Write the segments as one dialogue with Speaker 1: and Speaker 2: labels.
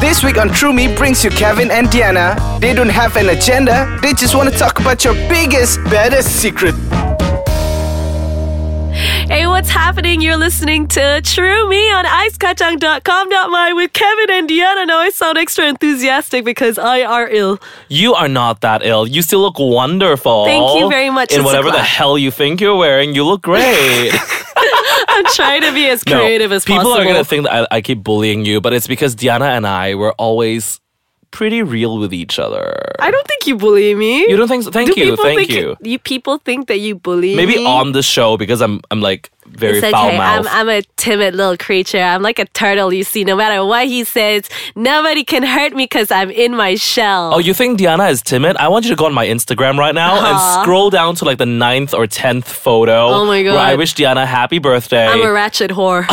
Speaker 1: This week on True Me brings you Kevin and Diana. They don't have an agenda, they just want to talk about your biggest, baddest secret.
Speaker 2: Hey, what's happening? You're listening to True Me on icekachang.com.my with Kevin and Diana. Now I sound extra enthusiastic because I are ill.
Speaker 3: You are not that ill. You still look wonderful.
Speaker 2: Thank you very much.
Speaker 3: In
Speaker 2: It's a
Speaker 3: whatever the
Speaker 2: clap.
Speaker 3: hell you think you're wearing, you look great.
Speaker 2: I'm trying to be as
Speaker 3: No,
Speaker 2: creative as
Speaker 3: people
Speaker 2: possible.
Speaker 3: are gonna think that I, I keep bullying you, but it's because Diana and I were always pretty real with each other.
Speaker 2: I don't think you bully me.
Speaker 3: you don't think so? Thank
Speaker 2: Do
Speaker 3: you.
Speaker 2: people
Speaker 3: Thank
Speaker 2: think
Speaker 3: you.
Speaker 2: people think that you bully
Speaker 3: Maybe
Speaker 2: me?
Speaker 3: on the show because I'm I'm like very
Speaker 2: It's
Speaker 3: foul
Speaker 2: okay. I'm,
Speaker 3: mouthed.
Speaker 2: I'm a timid little creature. I'm like a turtle, you see. No matter what he says, nobody can hurt me because I'm in my shell.
Speaker 3: Oh, you think Diana is timid? I want you to go on my Instagram right now
Speaker 2: Aw.
Speaker 3: and scroll down to like the ninth or tenth photo.
Speaker 2: Uh-huh. Oh my
Speaker 3: Where I
Speaker 2: God.
Speaker 3: wish Diana happy birthday.
Speaker 2: I'm a ratchet whore.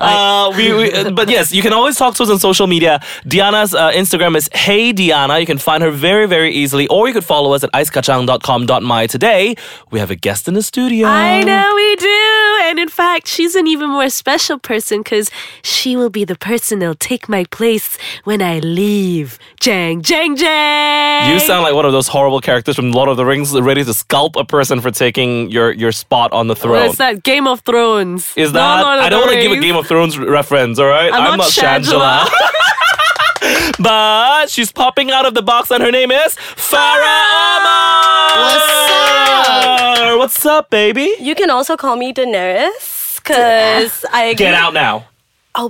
Speaker 3: Uh, we, we, but yes, you can always talk to us on social media. Diana's uh, Instagram is Hey Diana. You can find her very, very easily, or you could follow us at icekachang.com.my. Today, we have a guest in the studio.
Speaker 2: I know we do. And in fact, she's an even more special person because she will be the person that'll take my place when I leave. Jang, jang, jang.
Speaker 3: You sound like one of those horrible characters from Lord of the Rings, ready to scalp a person for taking your, your spot on the throne.
Speaker 2: What's that? Game of Thrones.
Speaker 3: Is
Speaker 2: No,
Speaker 3: that?
Speaker 2: Lord of
Speaker 3: I don't
Speaker 2: the
Speaker 3: want to give a
Speaker 2: Rings.
Speaker 3: Game of Thrones re- reference, all right?
Speaker 2: I'm not Shangela.
Speaker 3: Shangela. but she's popping out of the box, and her name is Farah Amar. What's up? What's up, baby?
Speaker 4: You can also call me Daenerys because I
Speaker 3: Get out now.
Speaker 4: Oh,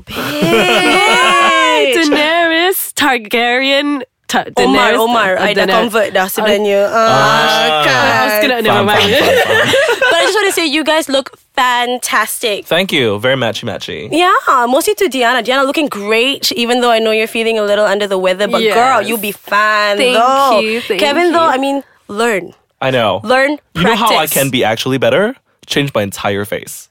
Speaker 4: bitch.
Speaker 2: Daenerys Targaryen. Ta-
Speaker 4: Omar,
Speaker 2: Daenerys-
Speaker 4: Omar,
Speaker 2: uh,
Speaker 4: I dah
Speaker 2: Daener-
Speaker 4: convert dah sebenarnya. Ah,
Speaker 2: I was
Speaker 4: kan.
Speaker 2: gonna never
Speaker 3: Fine,
Speaker 2: mind.
Speaker 3: fine, fine, fine.
Speaker 4: But I just want to say you guys look fantastic.
Speaker 3: Thank you. Very matchy matchy.
Speaker 4: Yeah, mostly to Diana. Diana looking great, even though I know you're feeling a little under the weather. But
Speaker 2: Yes.
Speaker 4: girl, you'll be fine
Speaker 2: Thank
Speaker 4: though.
Speaker 2: you, thank you.
Speaker 4: Kevin, though, I mean, learn,
Speaker 3: I know.
Speaker 4: learn,
Speaker 3: You know how
Speaker 4: practice.
Speaker 3: I can be actually better? Change my entire face.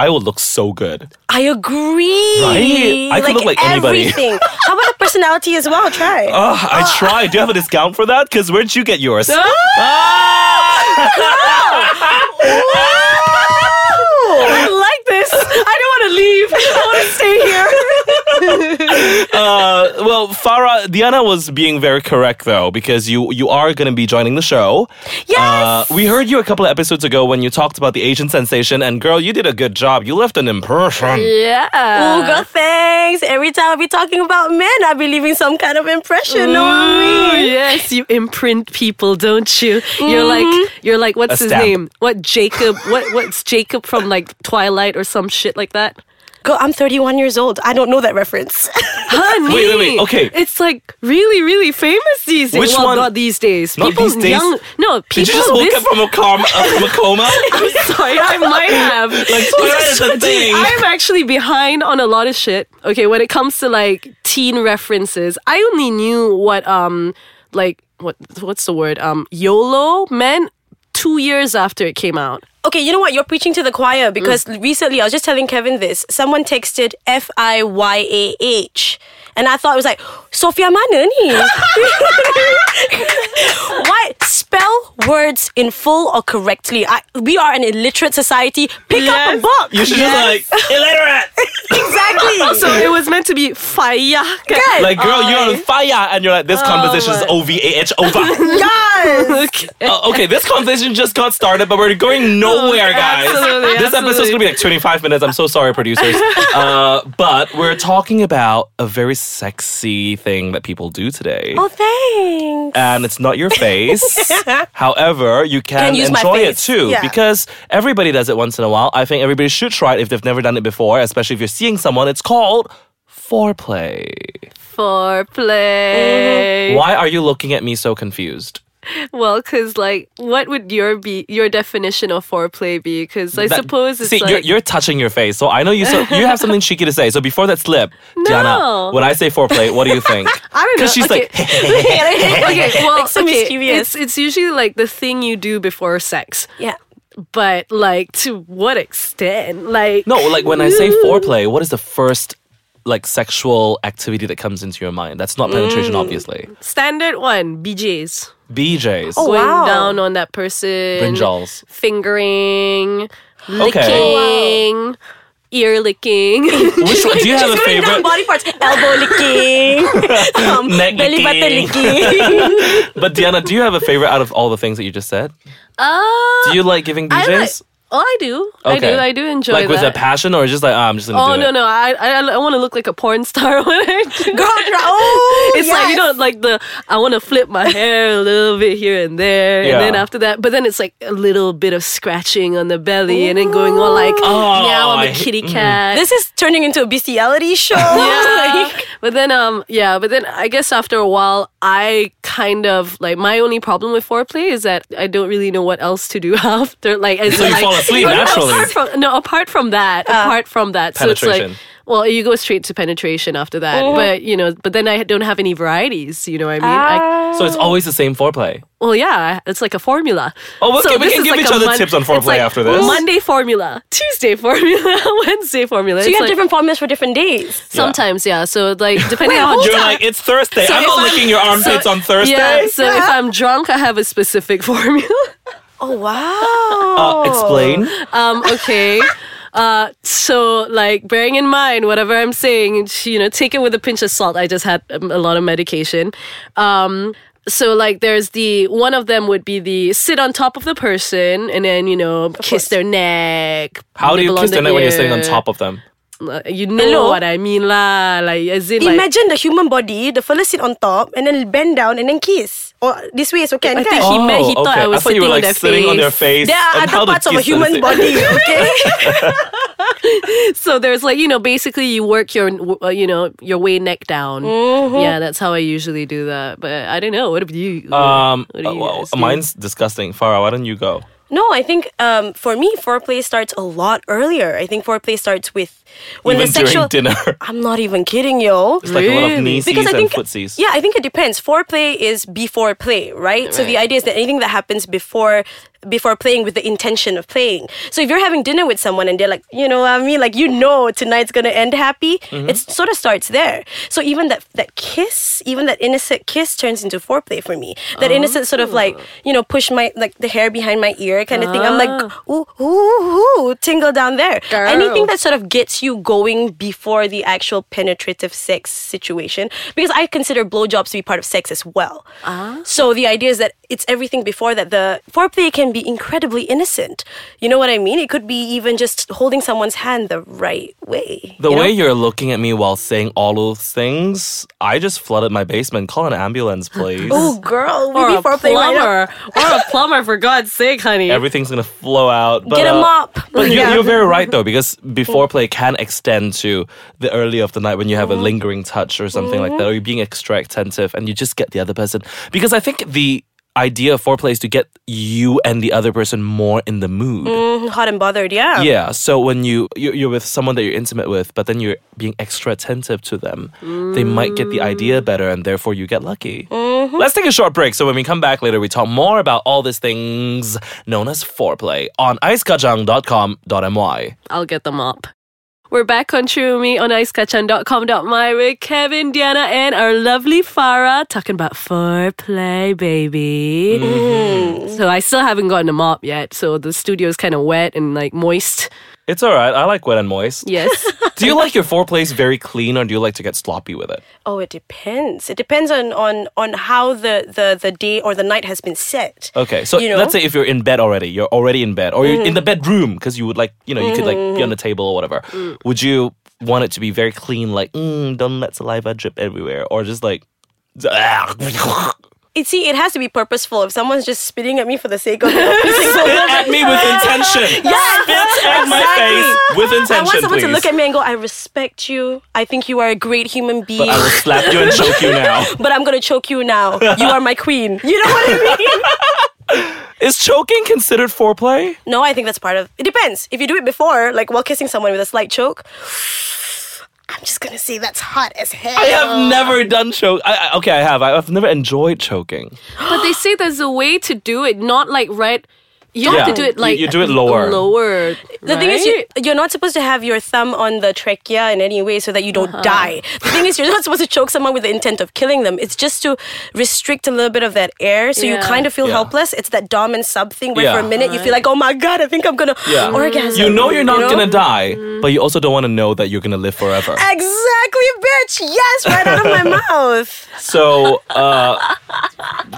Speaker 3: I will look so good.
Speaker 4: I agree.
Speaker 3: Right? I could look like anybody. Oh.
Speaker 4: everything. how about the personality as well? Try.
Speaker 3: Ugh, I tried. Do you have a discount for that? Because where'd you get yours?
Speaker 2: I don't like this. I don't want to leave. I want to stay here.
Speaker 3: Uh, well, Farah, Diana was being very correct though, because you you are going to be joining the show.
Speaker 4: Yes!
Speaker 3: Uh, we heard you a couple of episodes ago when you talked about the Asian sensation, and girl, you did a good job. You left an impression.
Speaker 2: Yeah.
Speaker 4: Oh,
Speaker 2: Uh.
Speaker 4: girl, thanks. Every time I be talking about men, I be leaving some kind of impression on
Speaker 2: Ooh,
Speaker 4: me.
Speaker 2: yes, you imprint people, don't you? You're like you're like what's
Speaker 3: A
Speaker 2: his
Speaker 3: stamp.
Speaker 2: name? What Jacob? What what's Jacob from like Twilight or some shit like that?
Speaker 4: Girl, I'm 31 years old. I don't know that reference.
Speaker 2: Honey,
Speaker 3: Wait, wait, wait, okay.
Speaker 2: It's like really, really famous these days.
Speaker 3: Which
Speaker 2: well,
Speaker 3: one-
Speaker 2: not these days.
Speaker 3: Not
Speaker 2: people
Speaker 3: these days?
Speaker 2: young. No, people.
Speaker 3: Did you just woke
Speaker 2: this,
Speaker 3: up from a, com- uh, from a coma?
Speaker 2: I'm sorry, I might have.
Speaker 3: like, Farah is a thing.
Speaker 2: I'm actually behind on a lot of shit. Okay, when it comes to like teen references, I only knew what um like what what's the word um YOLO meant two years after it came out.
Speaker 4: okay, you know what? You're preaching to the
Speaker 2: Mm.
Speaker 4: choir because recently I was just telling Kevin this. Someone texted F I Y A H. And I thought it was like, Sophia mana ni? Why spell words in full or correctly? I, we are an illiterate society. Pick up a
Speaker 2: Yes.
Speaker 4: book.
Speaker 3: You should just like illiterate.
Speaker 4: exactly.
Speaker 2: So it was meant to be fire.
Speaker 4: Good.
Speaker 3: Like, girl, you're on fire, and you're like,
Speaker 2: Oh
Speaker 3: this conversation is O V A H over.
Speaker 4: Yes.
Speaker 2: Okay.
Speaker 3: Uh, okay, this conversation just got started, but we're going nowhere, guys.
Speaker 2: Oh, absolutely,
Speaker 3: this episode's
Speaker 2: absolutely.
Speaker 3: gonna be like 25 minutes. I'm so sorry, producers. Uh, but we're talking about a very sexy thing that people do today.
Speaker 4: Oh, thanks.
Speaker 3: And it's not your face. However, you can
Speaker 4: Can use my
Speaker 3: enjoy it
Speaker 4: face,
Speaker 3: too
Speaker 4: yeah.
Speaker 3: because everybody does it once in a while. I think everybody should try it if they've never done it before, especially if you're seeing someone. It's called foreplay.
Speaker 2: Foreplay.
Speaker 3: Why are you looking at me so confused?
Speaker 2: Well, cause like, what would your be your definition of foreplay be? Cause I
Speaker 3: That-
Speaker 2: suppose it's
Speaker 3: see
Speaker 2: like
Speaker 3: you're, you're touching your face, so I know you. So you have something cheeky to say. So before that slip, Diana,
Speaker 2: No.
Speaker 3: when I say foreplay, what do you think?
Speaker 2: I don't know.
Speaker 3: Because she's
Speaker 2: okay. okay, well,
Speaker 4: Like so
Speaker 2: okay,
Speaker 4: mischievous.
Speaker 2: it's it's usually like the thing you do before sex,
Speaker 4: Yeah.
Speaker 2: but like to what extent? Like
Speaker 3: no, like when I say foreplay, what is the first like sexual activity that comes into your mind? That's not penetration,
Speaker 2: Mm.
Speaker 3: obviously.
Speaker 2: standard one, BJ's
Speaker 3: BJ's,
Speaker 4: Oh,
Speaker 2: going
Speaker 4: wow.
Speaker 2: down on that person,
Speaker 3: brinjals.
Speaker 2: Oh, fingering, licking,
Speaker 3: Okay.
Speaker 2: ear licking.
Speaker 3: Which one? Do you have a
Speaker 4: Just going down
Speaker 3: favorite?
Speaker 4: body parts. Elbow licking. um,
Speaker 3: Neck
Speaker 4: belly button
Speaker 3: licking.
Speaker 4: licking.
Speaker 3: But Diana, do you have a favorite out of all the things that you just said?
Speaker 2: Uh,
Speaker 3: Do you like giving
Speaker 2: I
Speaker 3: DJs?
Speaker 2: like, oh, I do. I do. I do enjoy
Speaker 3: Like with
Speaker 2: that.
Speaker 3: a passion, or just like ah, I'm just gonna
Speaker 2: Oh
Speaker 3: do
Speaker 2: no
Speaker 3: it.
Speaker 2: no! I I, I want to look like a porn star when I do.
Speaker 4: Girl, dra- oh,
Speaker 2: It's like you know, like the I want to flip my hair a little bit here and there,
Speaker 3: Yeah.
Speaker 2: and then after that, but then it's like a little bit of scratching on the belly, and then going on like,
Speaker 3: Oh,
Speaker 2: now I'm
Speaker 3: I
Speaker 2: a
Speaker 3: hate-
Speaker 2: kitty cat.
Speaker 4: This is turning into a bestiality show.
Speaker 2: yeah.
Speaker 4: Like,
Speaker 2: but then um yeah but then i guess after a while i kind of like my only problem with foreplay is that i don't really know what else to do after like so
Speaker 3: you fall asleep naturally.
Speaker 2: apart from, no apart from that
Speaker 4: Uh.
Speaker 2: apart from that so it's like
Speaker 3: Penetration.
Speaker 2: well, you go straight to penetration after that,
Speaker 4: Oh.
Speaker 2: but you know, but then I don't have any varieties. You know what I mean?
Speaker 4: Ah.
Speaker 2: I,
Speaker 3: So it's always the same foreplay.
Speaker 2: well, yeah, it's like a formula.
Speaker 3: Oh, we can- we
Speaker 2: this is
Speaker 3: can give each
Speaker 2: a
Speaker 3: other tips on
Speaker 2: it's
Speaker 3: foreplay
Speaker 2: like
Speaker 3: after this.
Speaker 2: Monday formula, Tuesday formula, Wednesday formula.
Speaker 4: so you
Speaker 2: It's
Speaker 4: have
Speaker 2: like-
Speaker 4: different formulas for different days.
Speaker 2: Sometimes, yeah. So like, depending on how
Speaker 3: You're like it's Thursday. I'm
Speaker 2: if
Speaker 3: not
Speaker 2: I'm-
Speaker 3: licking your armpits on Thursday.
Speaker 2: Yeah, so if I'm drunk, I have a specific formula.
Speaker 4: Oh wow.
Speaker 3: Uh,
Speaker 2: Oh.
Speaker 3: explain.
Speaker 2: Um, okay. Uh, so like bearing in mind whatever I'm saying, sh- you know, take it with a pinch of salt. I just had um, a lot of medication. Um, so like there's the one of them would be the sit on top of the person and then you know kiss their neck.
Speaker 3: How do you
Speaker 2: nibble on
Speaker 3: kiss their
Speaker 2: the
Speaker 3: neck when you're sitting on
Speaker 2: ear.
Speaker 3: top of them?
Speaker 2: Uh, You know
Speaker 4: Hello?
Speaker 2: what I mean lah. Like as in like.
Speaker 4: Imagine the human body, the fella sit on top and then bend down and then kiss. Or this way is
Speaker 2: I
Speaker 4: okay. and
Speaker 2: think
Speaker 4: guys.
Speaker 2: he meant he
Speaker 3: Oh,
Speaker 2: thought
Speaker 3: okay.
Speaker 2: I was
Speaker 3: thought you were
Speaker 2: sitting
Speaker 3: like
Speaker 2: on their
Speaker 3: sitting on their
Speaker 2: face.
Speaker 3: face.
Speaker 4: there are
Speaker 3: and how
Speaker 4: other
Speaker 3: the
Speaker 4: parts of a
Speaker 3: kiss is
Speaker 4: human
Speaker 3: the
Speaker 4: body, okay?
Speaker 2: So there's like you know basically you work your uh, you know your way neck down. Yeah, that's how I usually do that. But I don't know. What about you?
Speaker 3: Um,
Speaker 2: What do you
Speaker 3: uh, well,
Speaker 2: guys do?
Speaker 3: mine's disgusting. Farah, why don't you go?
Speaker 4: No, I think um, for me, foreplay starts a lot earlier. I think foreplay starts with when
Speaker 3: Even
Speaker 4: the sexual.
Speaker 3: during dinner,
Speaker 4: I'm not even kidding, yo.
Speaker 3: it's like a lot of
Speaker 2: Really?
Speaker 3: knees
Speaker 4: because I
Speaker 3: and
Speaker 4: think
Speaker 3: footsies.
Speaker 4: yeah, I think it depends. Foreplay is before play, right? So the
Speaker 2: Right.
Speaker 4: idea is that anything that happens before before playing with the intention of playing. So if you're having dinner with someone and they're like, you know what I mean, like you know tonight's gonna end happy, it sort of starts there. So even that that kiss, even that innocent kiss turns into foreplay for me. That innocent sort of like, you know, push my like the hair behind my ear kind of thing. I'm like, ooh, ooh, ooh, tingle down there. Anything
Speaker 2: Girl.
Speaker 4: that sort of gets you going before the actual penetrative sex situation because I consider blowjobs to be part of sex as well.
Speaker 2: Ah.
Speaker 4: So the idea is that it's everything before that. The foreplay can be incredibly innocent. You know what I mean? It could be even just holding someone's hand the right way.
Speaker 3: The
Speaker 4: you know?
Speaker 3: way you're looking at me while saying all those things, I just flooded my basement. Call an ambulance, please.
Speaker 4: Oh, girl, we
Speaker 2: or
Speaker 4: be
Speaker 2: a
Speaker 4: foreplay right
Speaker 2: plumber,
Speaker 4: now.
Speaker 2: or a plumber for God's sake, honey.
Speaker 3: Everything's gonna flow out. But,
Speaker 4: Get a
Speaker 3: uh,
Speaker 4: mop.
Speaker 3: But you,
Speaker 4: Yeah. Mm.
Speaker 3: you're very right though, because before play can extend to the early of the night when you have a
Speaker 4: Mm-hmm.
Speaker 3: lingering touch or something like that, or you're being extra attentive and you just get the other person. Because I think the idea of foreplay is to get you and the other person more in the mood.
Speaker 4: Mm, Hot and bothered, yeah.
Speaker 3: Yeah. So when you you're, you're with someone that you're intimate with, but then you're being extra attentive to them, they might get the idea better, and therefore you get lucky. Let's take a short break. So when we come back later, we talk more about all these things known as foreplay on icekajang.com.my.
Speaker 2: I'll get them up. We're back on True Me on icekachan.com.my with Kevin, Diana, and our lovely Farah talking about foreplay, baby.
Speaker 3: Mm-hmm.
Speaker 2: So I still haven't gotten a mop yet, so the studio's kind of wet and like moist.
Speaker 3: It's all right. I like wet and moist.
Speaker 2: Yes.
Speaker 3: Do you like your foreplays very clean, or do you like to get sloppy with it?
Speaker 4: Oh, it depends. It depends on on on how the the the day or the night has been set.
Speaker 3: Okay, so
Speaker 4: You know? Mm.
Speaker 3: let's say if you're in bed already, you're already in bed, or you're in the bedroom because you would like, you know, you could like be on the table or whatever.
Speaker 4: Mm.
Speaker 3: Would you want it to be very clean, like mm, don't let saliva drip everywhere, or just like,
Speaker 4: It see, it has to be purposeful. If someone's just spitting at me for the sake of it, it's like,
Speaker 3: at me with intention,
Speaker 4: Yes,
Speaker 3: spit at my face with intention,
Speaker 4: I want someone to
Speaker 3: please.
Speaker 4: look at me and go, "I respect you. I think you are a great human being."
Speaker 3: I will slap you and choke you now.
Speaker 4: but I'm gonna choke you now. You are my queen. You know what I mean?
Speaker 3: Is choking considered foreplay?
Speaker 4: No, I think that's part of. It depends. If you do it before, like while kissing someone with a slight choke, I'm just gonna say that's hot as hell.
Speaker 3: I have never done choke. I, I, okay, I have. I, I've never enjoyed choking.
Speaker 2: But they say there's a way to do it, not like right You have to do it
Speaker 3: You-
Speaker 2: like
Speaker 3: you do it lower.
Speaker 2: Lower.
Speaker 4: The thing is, you, you're not supposed to have your thumb on the trachea in any way so that you don't
Speaker 2: Uh-huh.
Speaker 4: die. The thing is, you're not supposed to choke someone with the intent of killing them. It's just to restrict a little bit of that air so you
Speaker 2: Yeah.
Speaker 4: kind of feel
Speaker 3: Yeah.
Speaker 4: helpless. It's that dom and sub thing where for a
Speaker 3: Yeah.
Speaker 4: minute you feel like, oh my God, I think I'm going to
Speaker 3: Yeah.
Speaker 2: Mm.
Speaker 4: orgasm.
Speaker 3: You know you're not
Speaker 4: know? Mm.
Speaker 3: gonna die, but you also don't want to know that you're gonna live forever.
Speaker 4: Exactly, bitch. Yes, right out of my mouth.
Speaker 3: So uh,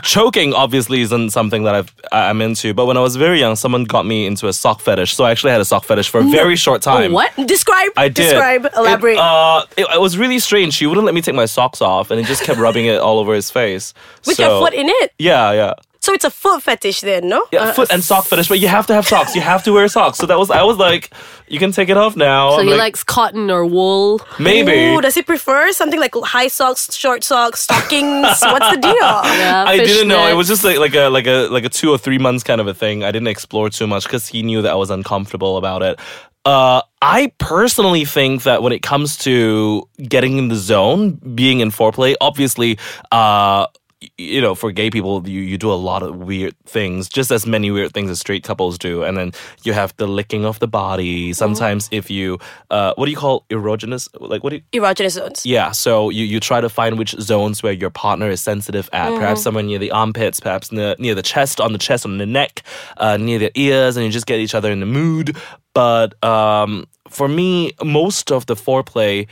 Speaker 3: choking obviously isn't something that I've, I- I'm into. But when I was very young, someone got me into a sock fetish. So I actually had a sock fetish for a very short time.
Speaker 2: what?
Speaker 4: Describe.
Speaker 3: I did.
Speaker 4: Describe.
Speaker 3: It,
Speaker 4: Elaborate.
Speaker 3: uh, it, it was really strange. He wouldn't let me take my socks off, and he just kept rubbing it all over his face.
Speaker 4: With
Speaker 3: So-
Speaker 4: your foot in it. Uh,
Speaker 3: Yeah, yeah.
Speaker 4: So it's a foot fetish then, no?
Speaker 3: Yeah, foot and sock fetish, but you have to have socks. You have to wear socks. So that was I was like, you can take it off now.
Speaker 2: So
Speaker 3: I'm
Speaker 2: he likes cotton or wool.
Speaker 3: maybe.
Speaker 4: Ooh, does he prefer something like high socks, short socks, stockings? What's the deal?
Speaker 2: Yeah,
Speaker 3: I didn't know. It
Speaker 2: fishnet.
Speaker 3: was just like, like a like a like a two or three months kind of a thing. I didn't explore too much because he knew that I was uncomfortable about it. Uh, I personally think that when it comes to getting in the zone, being in foreplay, obviously, uh, y- you know, for gay people, you, you do a lot of weird things, just as many weird things as straight couples do. And then you have the licking of the body. Sometimes, if you, uh, what do you call erogenous? Like, what do you,
Speaker 4: Erogenous zones.
Speaker 3: yeah, so you, you try to find which zones where your partner is sensitive at. Perhaps somewhere near the armpits, perhaps near, near the chest, on the chest, on the neck, uh, near the ears, and you just get each other in the mood. But um, for me, most of the foreplay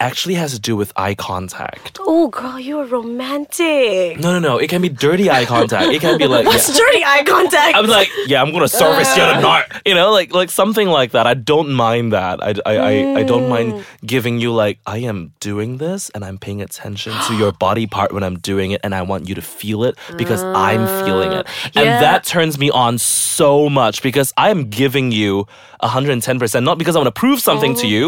Speaker 3: actually has to do with eye contact.
Speaker 4: Oh, girl, you're romantic.
Speaker 3: No, no, no. It can be dirty eye contact. It can be like.
Speaker 4: What's
Speaker 3: yeah.
Speaker 4: dirty eye contact?
Speaker 3: I'm like, yeah, I'm gonna service you
Speaker 4: Uh.
Speaker 3: tonight. You know, like like something like that. I don't mind that. I, I, I, I don't
Speaker 4: Mm.
Speaker 3: mind giving you like I am doing this and I'm paying attention to your body part when I'm doing it and I want you to feel it because I'm feeling it.
Speaker 4: Ah,
Speaker 3: And
Speaker 2: yeah.
Speaker 3: that turns me on so much because I am giving you 110%, not because I want to prove something to
Speaker 4: Oh.
Speaker 3: you,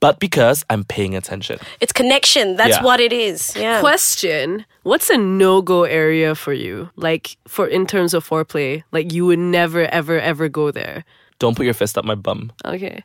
Speaker 3: but because I'm paying attention.
Speaker 4: it's connection. That's
Speaker 3: Yeah.
Speaker 4: what it is.
Speaker 2: Oh.
Speaker 4: Yeah.
Speaker 2: Question: What's a no-go area for you? Like for in terms of foreplay, like you would never, ever, ever go there.
Speaker 3: Don't put your fist up my bum.
Speaker 2: Okay.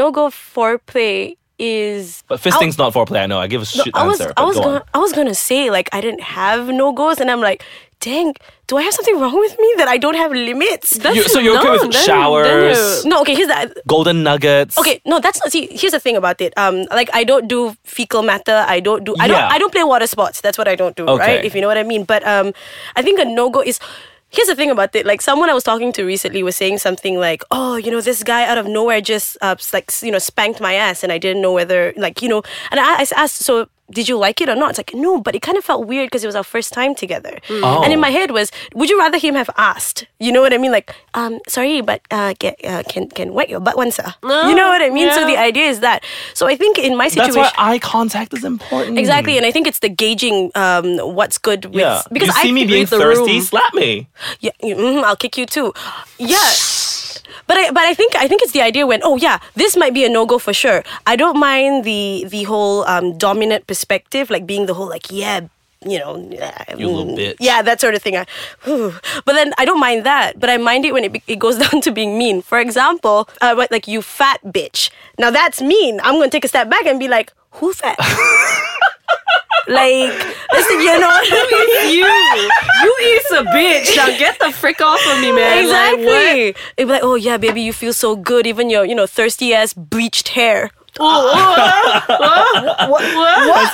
Speaker 4: no go foreplay is.
Speaker 3: But fisting's not foreplay, I know. Oh, I give a shit
Speaker 4: I was
Speaker 3: answer.
Speaker 4: I
Speaker 3: but
Speaker 4: was
Speaker 3: go on.
Speaker 4: gonna I was gonna say like I didn't have no goals and I'm like, dang, do I have something wrong with me that I don't have limits?
Speaker 2: That's
Speaker 3: You- so you're okay
Speaker 2: no,
Speaker 3: with
Speaker 2: then- then
Speaker 3: showers?
Speaker 2: you're-
Speaker 4: no, okay, here's the
Speaker 3: Golden nuggets.
Speaker 4: Okay, no, that's not. See, here's the thing about it. Um, like I don't do fecal matter. I don't do. I don't.
Speaker 3: Yeah.
Speaker 4: I don't play water sports. That's what I don't do. Right?
Speaker 3: Okay.
Speaker 4: If you know what I mean. But um, I think a no go is. Here's the thing about it. Like someone I was talking to recently was saying something like, "Oh, you know, this guy out of nowhere just uh, s- like s- you know spanked my ass, and I didn't know whether like you know." And I, I s- asked, "So did you like it or not?" It's like, "No," but it kind of felt weird because it was our first time together. And in
Speaker 3: Oh.
Speaker 4: my head was, "Would you rather him have asked?" You know what I mean? Like, um, sorry, but uh, get, uh, can can wet your butt once, ah. You know what I mean? So
Speaker 2: Yeah.
Speaker 4: the idea is that. So I think in my situation.
Speaker 3: That's why eye contact is important.
Speaker 4: Exactly, and I think it's the gauging um, what's good with
Speaker 3: Yeah.
Speaker 4: because
Speaker 3: you
Speaker 4: I
Speaker 3: see me
Speaker 4: read
Speaker 3: being
Speaker 4: the
Speaker 3: thirsty,
Speaker 4: room.
Speaker 3: slap me.
Speaker 4: Yeah, you- mhm, I'll kick you too. Yeah. But I, but I think I think it's the idea when oh yeah this might be a no go for sure I don't mind the the whole um, dominant perspective like being the whole like yeah you know
Speaker 3: You little
Speaker 4: mm,
Speaker 3: bitch.
Speaker 4: yeah that sort of thing I, whew. but then I don't mind that but I mind it when it, be- it goes down to being mean for example uh, what, like you fat bitch now that's mean I'm gonna take a step back and be like who fat like listen you know what I mean?
Speaker 2: you, you is a bitch. Now get the frick off of me, man. Like,
Speaker 4: Exactly. It'd be like, oh yeah, baby, you feel so good, even your, you know, thirsty ass bleached hair.
Speaker 3: Has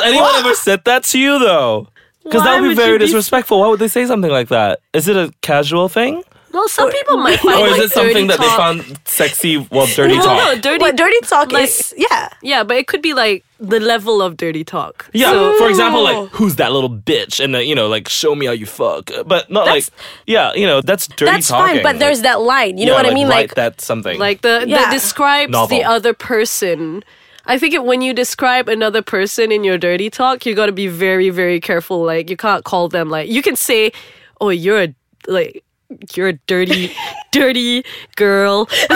Speaker 3: anyone ever said that to you though? Because
Speaker 2: Why
Speaker 3: that would be
Speaker 2: would
Speaker 3: very
Speaker 2: you be-
Speaker 3: disrespectful. Why would they say something like that? Is it a casual thing,
Speaker 2: what? Well, some people might find
Speaker 4: Oh,
Speaker 3: or is
Speaker 2: like,
Speaker 3: it something
Speaker 2: dirty
Speaker 3: that
Speaker 2: talk-
Speaker 3: they found sexy while dirty
Speaker 2: No, no,
Speaker 3: talk?
Speaker 2: dirty.
Speaker 4: What dirty talk
Speaker 2: like-
Speaker 4: is? Yeah.
Speaker 2: yeah, but it could be like the level of dirty talk.
Speaker 3: Yeah,
Speaker 2: So-
Speaker 3: for example, like who's that little bitch, and uh, you know, like show me how you fuck, Uh, but not
Speaker 4: That's-
Speaker 3: like yeah, you know, that's dirty
Speaker 4: That's
Speaker 3: talking.
Speaker 4: fine, but there's that line. You know what I mean? Like,
Speaker 3: that's something.
Speaker 2: like the
Speaker 4: Yeah.
Speaker 2: that describes the
Speaker 3: Novel.
Speaker 2: other person. I think it, when you describe another person in your dirty talk, you got to be very very careful. Like you can't call them like you can say, "Oh, you're a, like you're a dirty dirty girl."
Speaker 4: she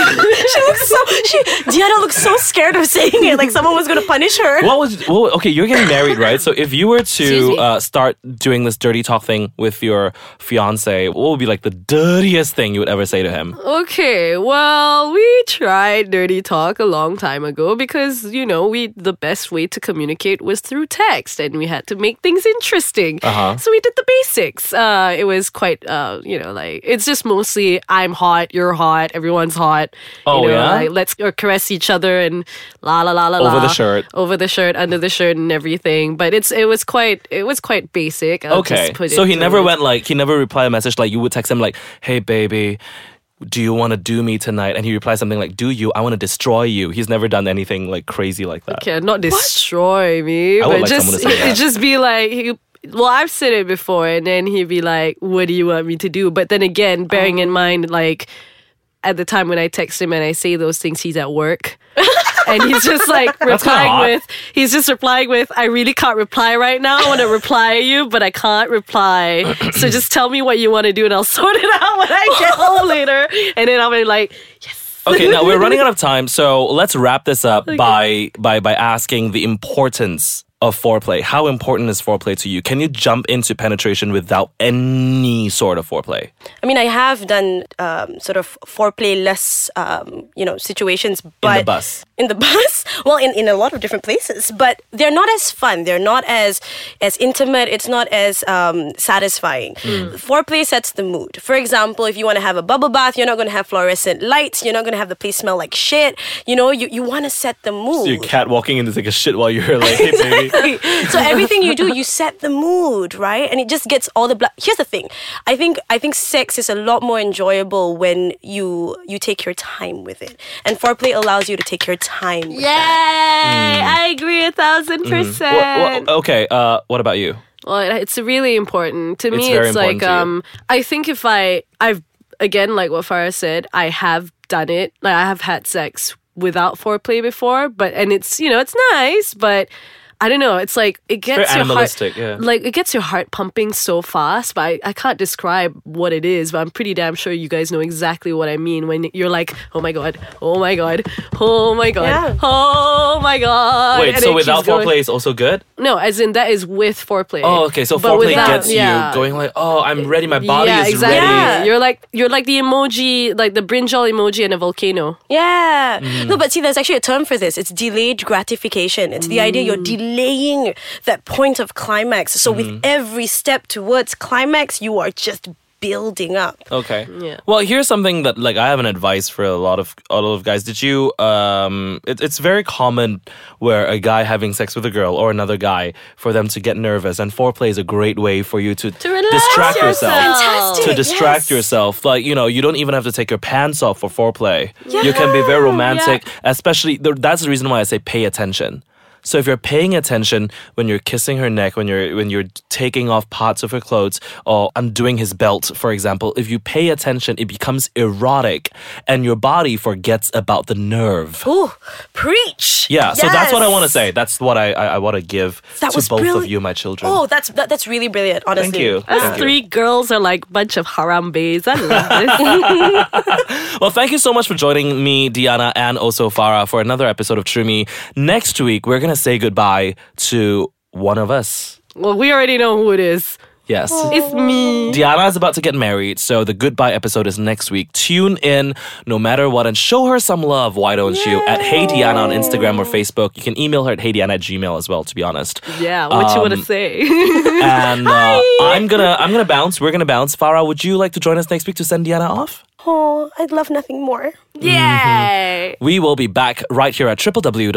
Speaker 4: looks so. She Diana looks so scared of saying it. Like someone was gonna punish her.
Speaker 3: what was well, okay you're getting married right so if you were
Speaker 2: Excuse
Speaker 3: to
Speaker 2: me.
Speaker 3: uh, start doing this dirty talk thing with your fiance what would be like the dirtiest thing you would ever say to him
Speaker 2: Okay, well, we tried dirty talk a long time ago because you know we the best way to communicate was through text, and we
Speaker 3: Uh-huh.
Speaker 2: had to make things interesting. So we did the basics. Uh, it was quite, uh, you know, like It's just mostly I'm hot, you're hot, everyone's hot.
Speaker 3: Oh,
Speaker 2: you know,
Speaker 3: yeah?
Speaker 2: like, let's or caress each other and la la la la la
Speaker 3: Over the shirt.
Speaker 2: over the shirt, under the shirt, and everything. But it's it was quite it was quite basic. I'll just
Speaker 3: Okay.
Speaker 2: put
Speaker 3: So
Speaker 2: it
Speaker 3: he never
Speaker 2: to-
Speaker 3: went like he never replied a message like you would text him like, "Hey baby, do you want to do me tonight?" And he replies something like, "Do you? I want to destroy you." He's never done anything like crazy like that.
Speaker 2: Okay, not destroy me,
Speaker 3: I would
Speaker 2: but
Speaker 3: like someone
Speaker 2: just
Speaker 3: to say that.
Speaker 2: it just be like he, well, I've said it before, and then he'd be like, "What do you want me to do?" But then again, bearing
Speaker 3: Oh.
Speaker 2: in mind, like at the time when I text him and I say those things, he's at work. and he's just like
Speaker 3: hot.
Speaker 2: replying with he's just replying with I really can't reply right now. I want to reply you, but I can't reply. so just tell me what you want to do and I'll sort it out when I get home later. And then I'll be like,
Speaker 3: okay, now we're running out of time, so let's wrap this up by by by asking the importance of foreplay. How important is foreplay to you? Can you jump into penetration without any sort of foreplay?
Speaker 4: I mean, I have done um, sort of foreplay less, um, you know, situations, but
Speaker 3: bus.
Speaker 4: in the bus, well, in, in a lot of different places, but they're not as fun. They're not as as intimate. It's not as um, satisfying. Foreplay sets the mood. For example, if you want to have a bubble bath, you're not going to have fluorescent lights. You're not going to have the place smell like shit. You know, you, you want to set the mood.
Speaker 3: Your cat walking in to take a shit while you're like, "Hey baby."
Speaker 4: so everything you do, you set the mood, right? And it just gets all the blood. Here's the thing, I think I think sex is a lot more enjoyable when you you take your time with it, and foreplay allows you to take your time.
Speaker 2: Yay! I agree a thousand percent.
Speaker 3: Wha- wha- okay, uh, what about you?
Speaker 2: Well, it- it's really important to me. It's,
Speaker 3: very
Speaker 2: like
Speaker 3: important to you.
Speaker 2: um, I think if I, I've again, like what Farah said, I have done it. Like I have had sex without foreplay before, but and it's you know it's nice, but I don't know. It's like it gets your
Speaker 3: animalistic,
Speaker 2: heart,
Speaker 3: yeah.
Speaker 2: like it gets your heart pumping so fast. But I, I can't describe what it is. But I'm pretty damn sure you guys know exactly what I mean when you're like, oh my god, oh my god, oh my god,
Speaker 4: Yeah.
Speaker 2: oh my god.
Speaker 3: Wait,
Speaker 2: and
Speaker 3: so
Speaker 2: it keeps
Speaker 3: without
Speaker 2: going.
Speaker 3: foreplay is also good?
Speaker 2: No, as in that is with foreplay.
Speaker 3: Oh, okay. So
Speaker 2: But
Speaker 3: foreplay
Speaker 2: without-
Speaker 3: gets
Speaker 2: yeah.
Speaker 3: you going like, oh, I'm ready. My body
Speaker 2: yeah,
Speaker 3: is
Speaker 2: exactly.
Speaker 3: ready.
Speaker 4: Yeah.
Speaker 2: You're like you're like the emoji, like the brinjal emoji and a volcano.
Speaker 4: Yeah.
Speaker 3: Mm-hmm.
Speaker 4: No, but see, there's actually a term for this. It's delayed gratification. It's
Speaker 3: Mm.
Speaker 4: the idea you're delaying that point of climax. So
Speaker 3: Mm-hmm.
Speaker 4: with every step towards climax, you are just building up.
Speaker 3: Okay.
Speaker 2: Yeah.
Speaker 3: Well, here's something that like I have an advice for a lot of a lot of guys. Did you? Um, it, it's very common where a guy having sex with a girl or another guy for them to get nervous, and foreplay is a great way for you to,
Speaker 2: relax
Speaker 3: distract yourself.
Speaker 2: yourself.
Speaker 4: Fantastic.
Speaker 3: To distract
Speaker 4: yes.
Speaker 3: yourself, like you know, you don't even have to take your pants off for foreplay. You can be very romantic, especially. The, that's the reason why I say pay attention. So if you're paying attention when you're kissing her neck, when you're when you're taking off parts of her clothes or undoing his belt, for example, if you pay attention, it becomes erotic, and your body forgets about the nerve.
Speaker 4: Ooh, preach.
Speaker 3: Yeah, so that's what I
Speaker 4: Yes.
Speaker 3: want to say. That's what I I, I want to give
Speaker 4: That
Speaker 3: to
Speaker 4: was
Speaker 3: both of
Speaker 4: brilliant.
Speaker 3: you, my children.
Speaker 4: Oh, that's that, that's really brilliant. Honestly,
Speaker 3: Thank you.
Speaker 2: Us
Speaker 3: Thank you.
Speaker 2: three girls are like bunch of harambes. I love this.
Speaker 3: Well, thank you so much for joining me, Diana, and also Farah for another episode of True Me. Next week, we're going to say goodbye to one of us.
Speaker 2: well, we already know who it is.
Speaker 3: Yes.
Speaker 2: It's me.
Speaker 3: Diana is about to get married, so the goodbye episode is next week. Tune in no matter what and show her some love, why don't you? At Hey Diana on Instagram or Facebook. You can email her at heydiana at gmail as well, to be honest.
Speaker 2: Yeah, what you wanna
Speaker 3: Um,
Speaker 2: say?
Speaker 3: And uh, I'm gonna I'm gonna bounce. We're gonna bounce. Farah, would you like to join us next week to send Diana off?
Speaker 4: Oh, I'd love nothing more.
Speaker 2: Yay!
Speaker 3: We will be back right here at www.icekachang.com.my.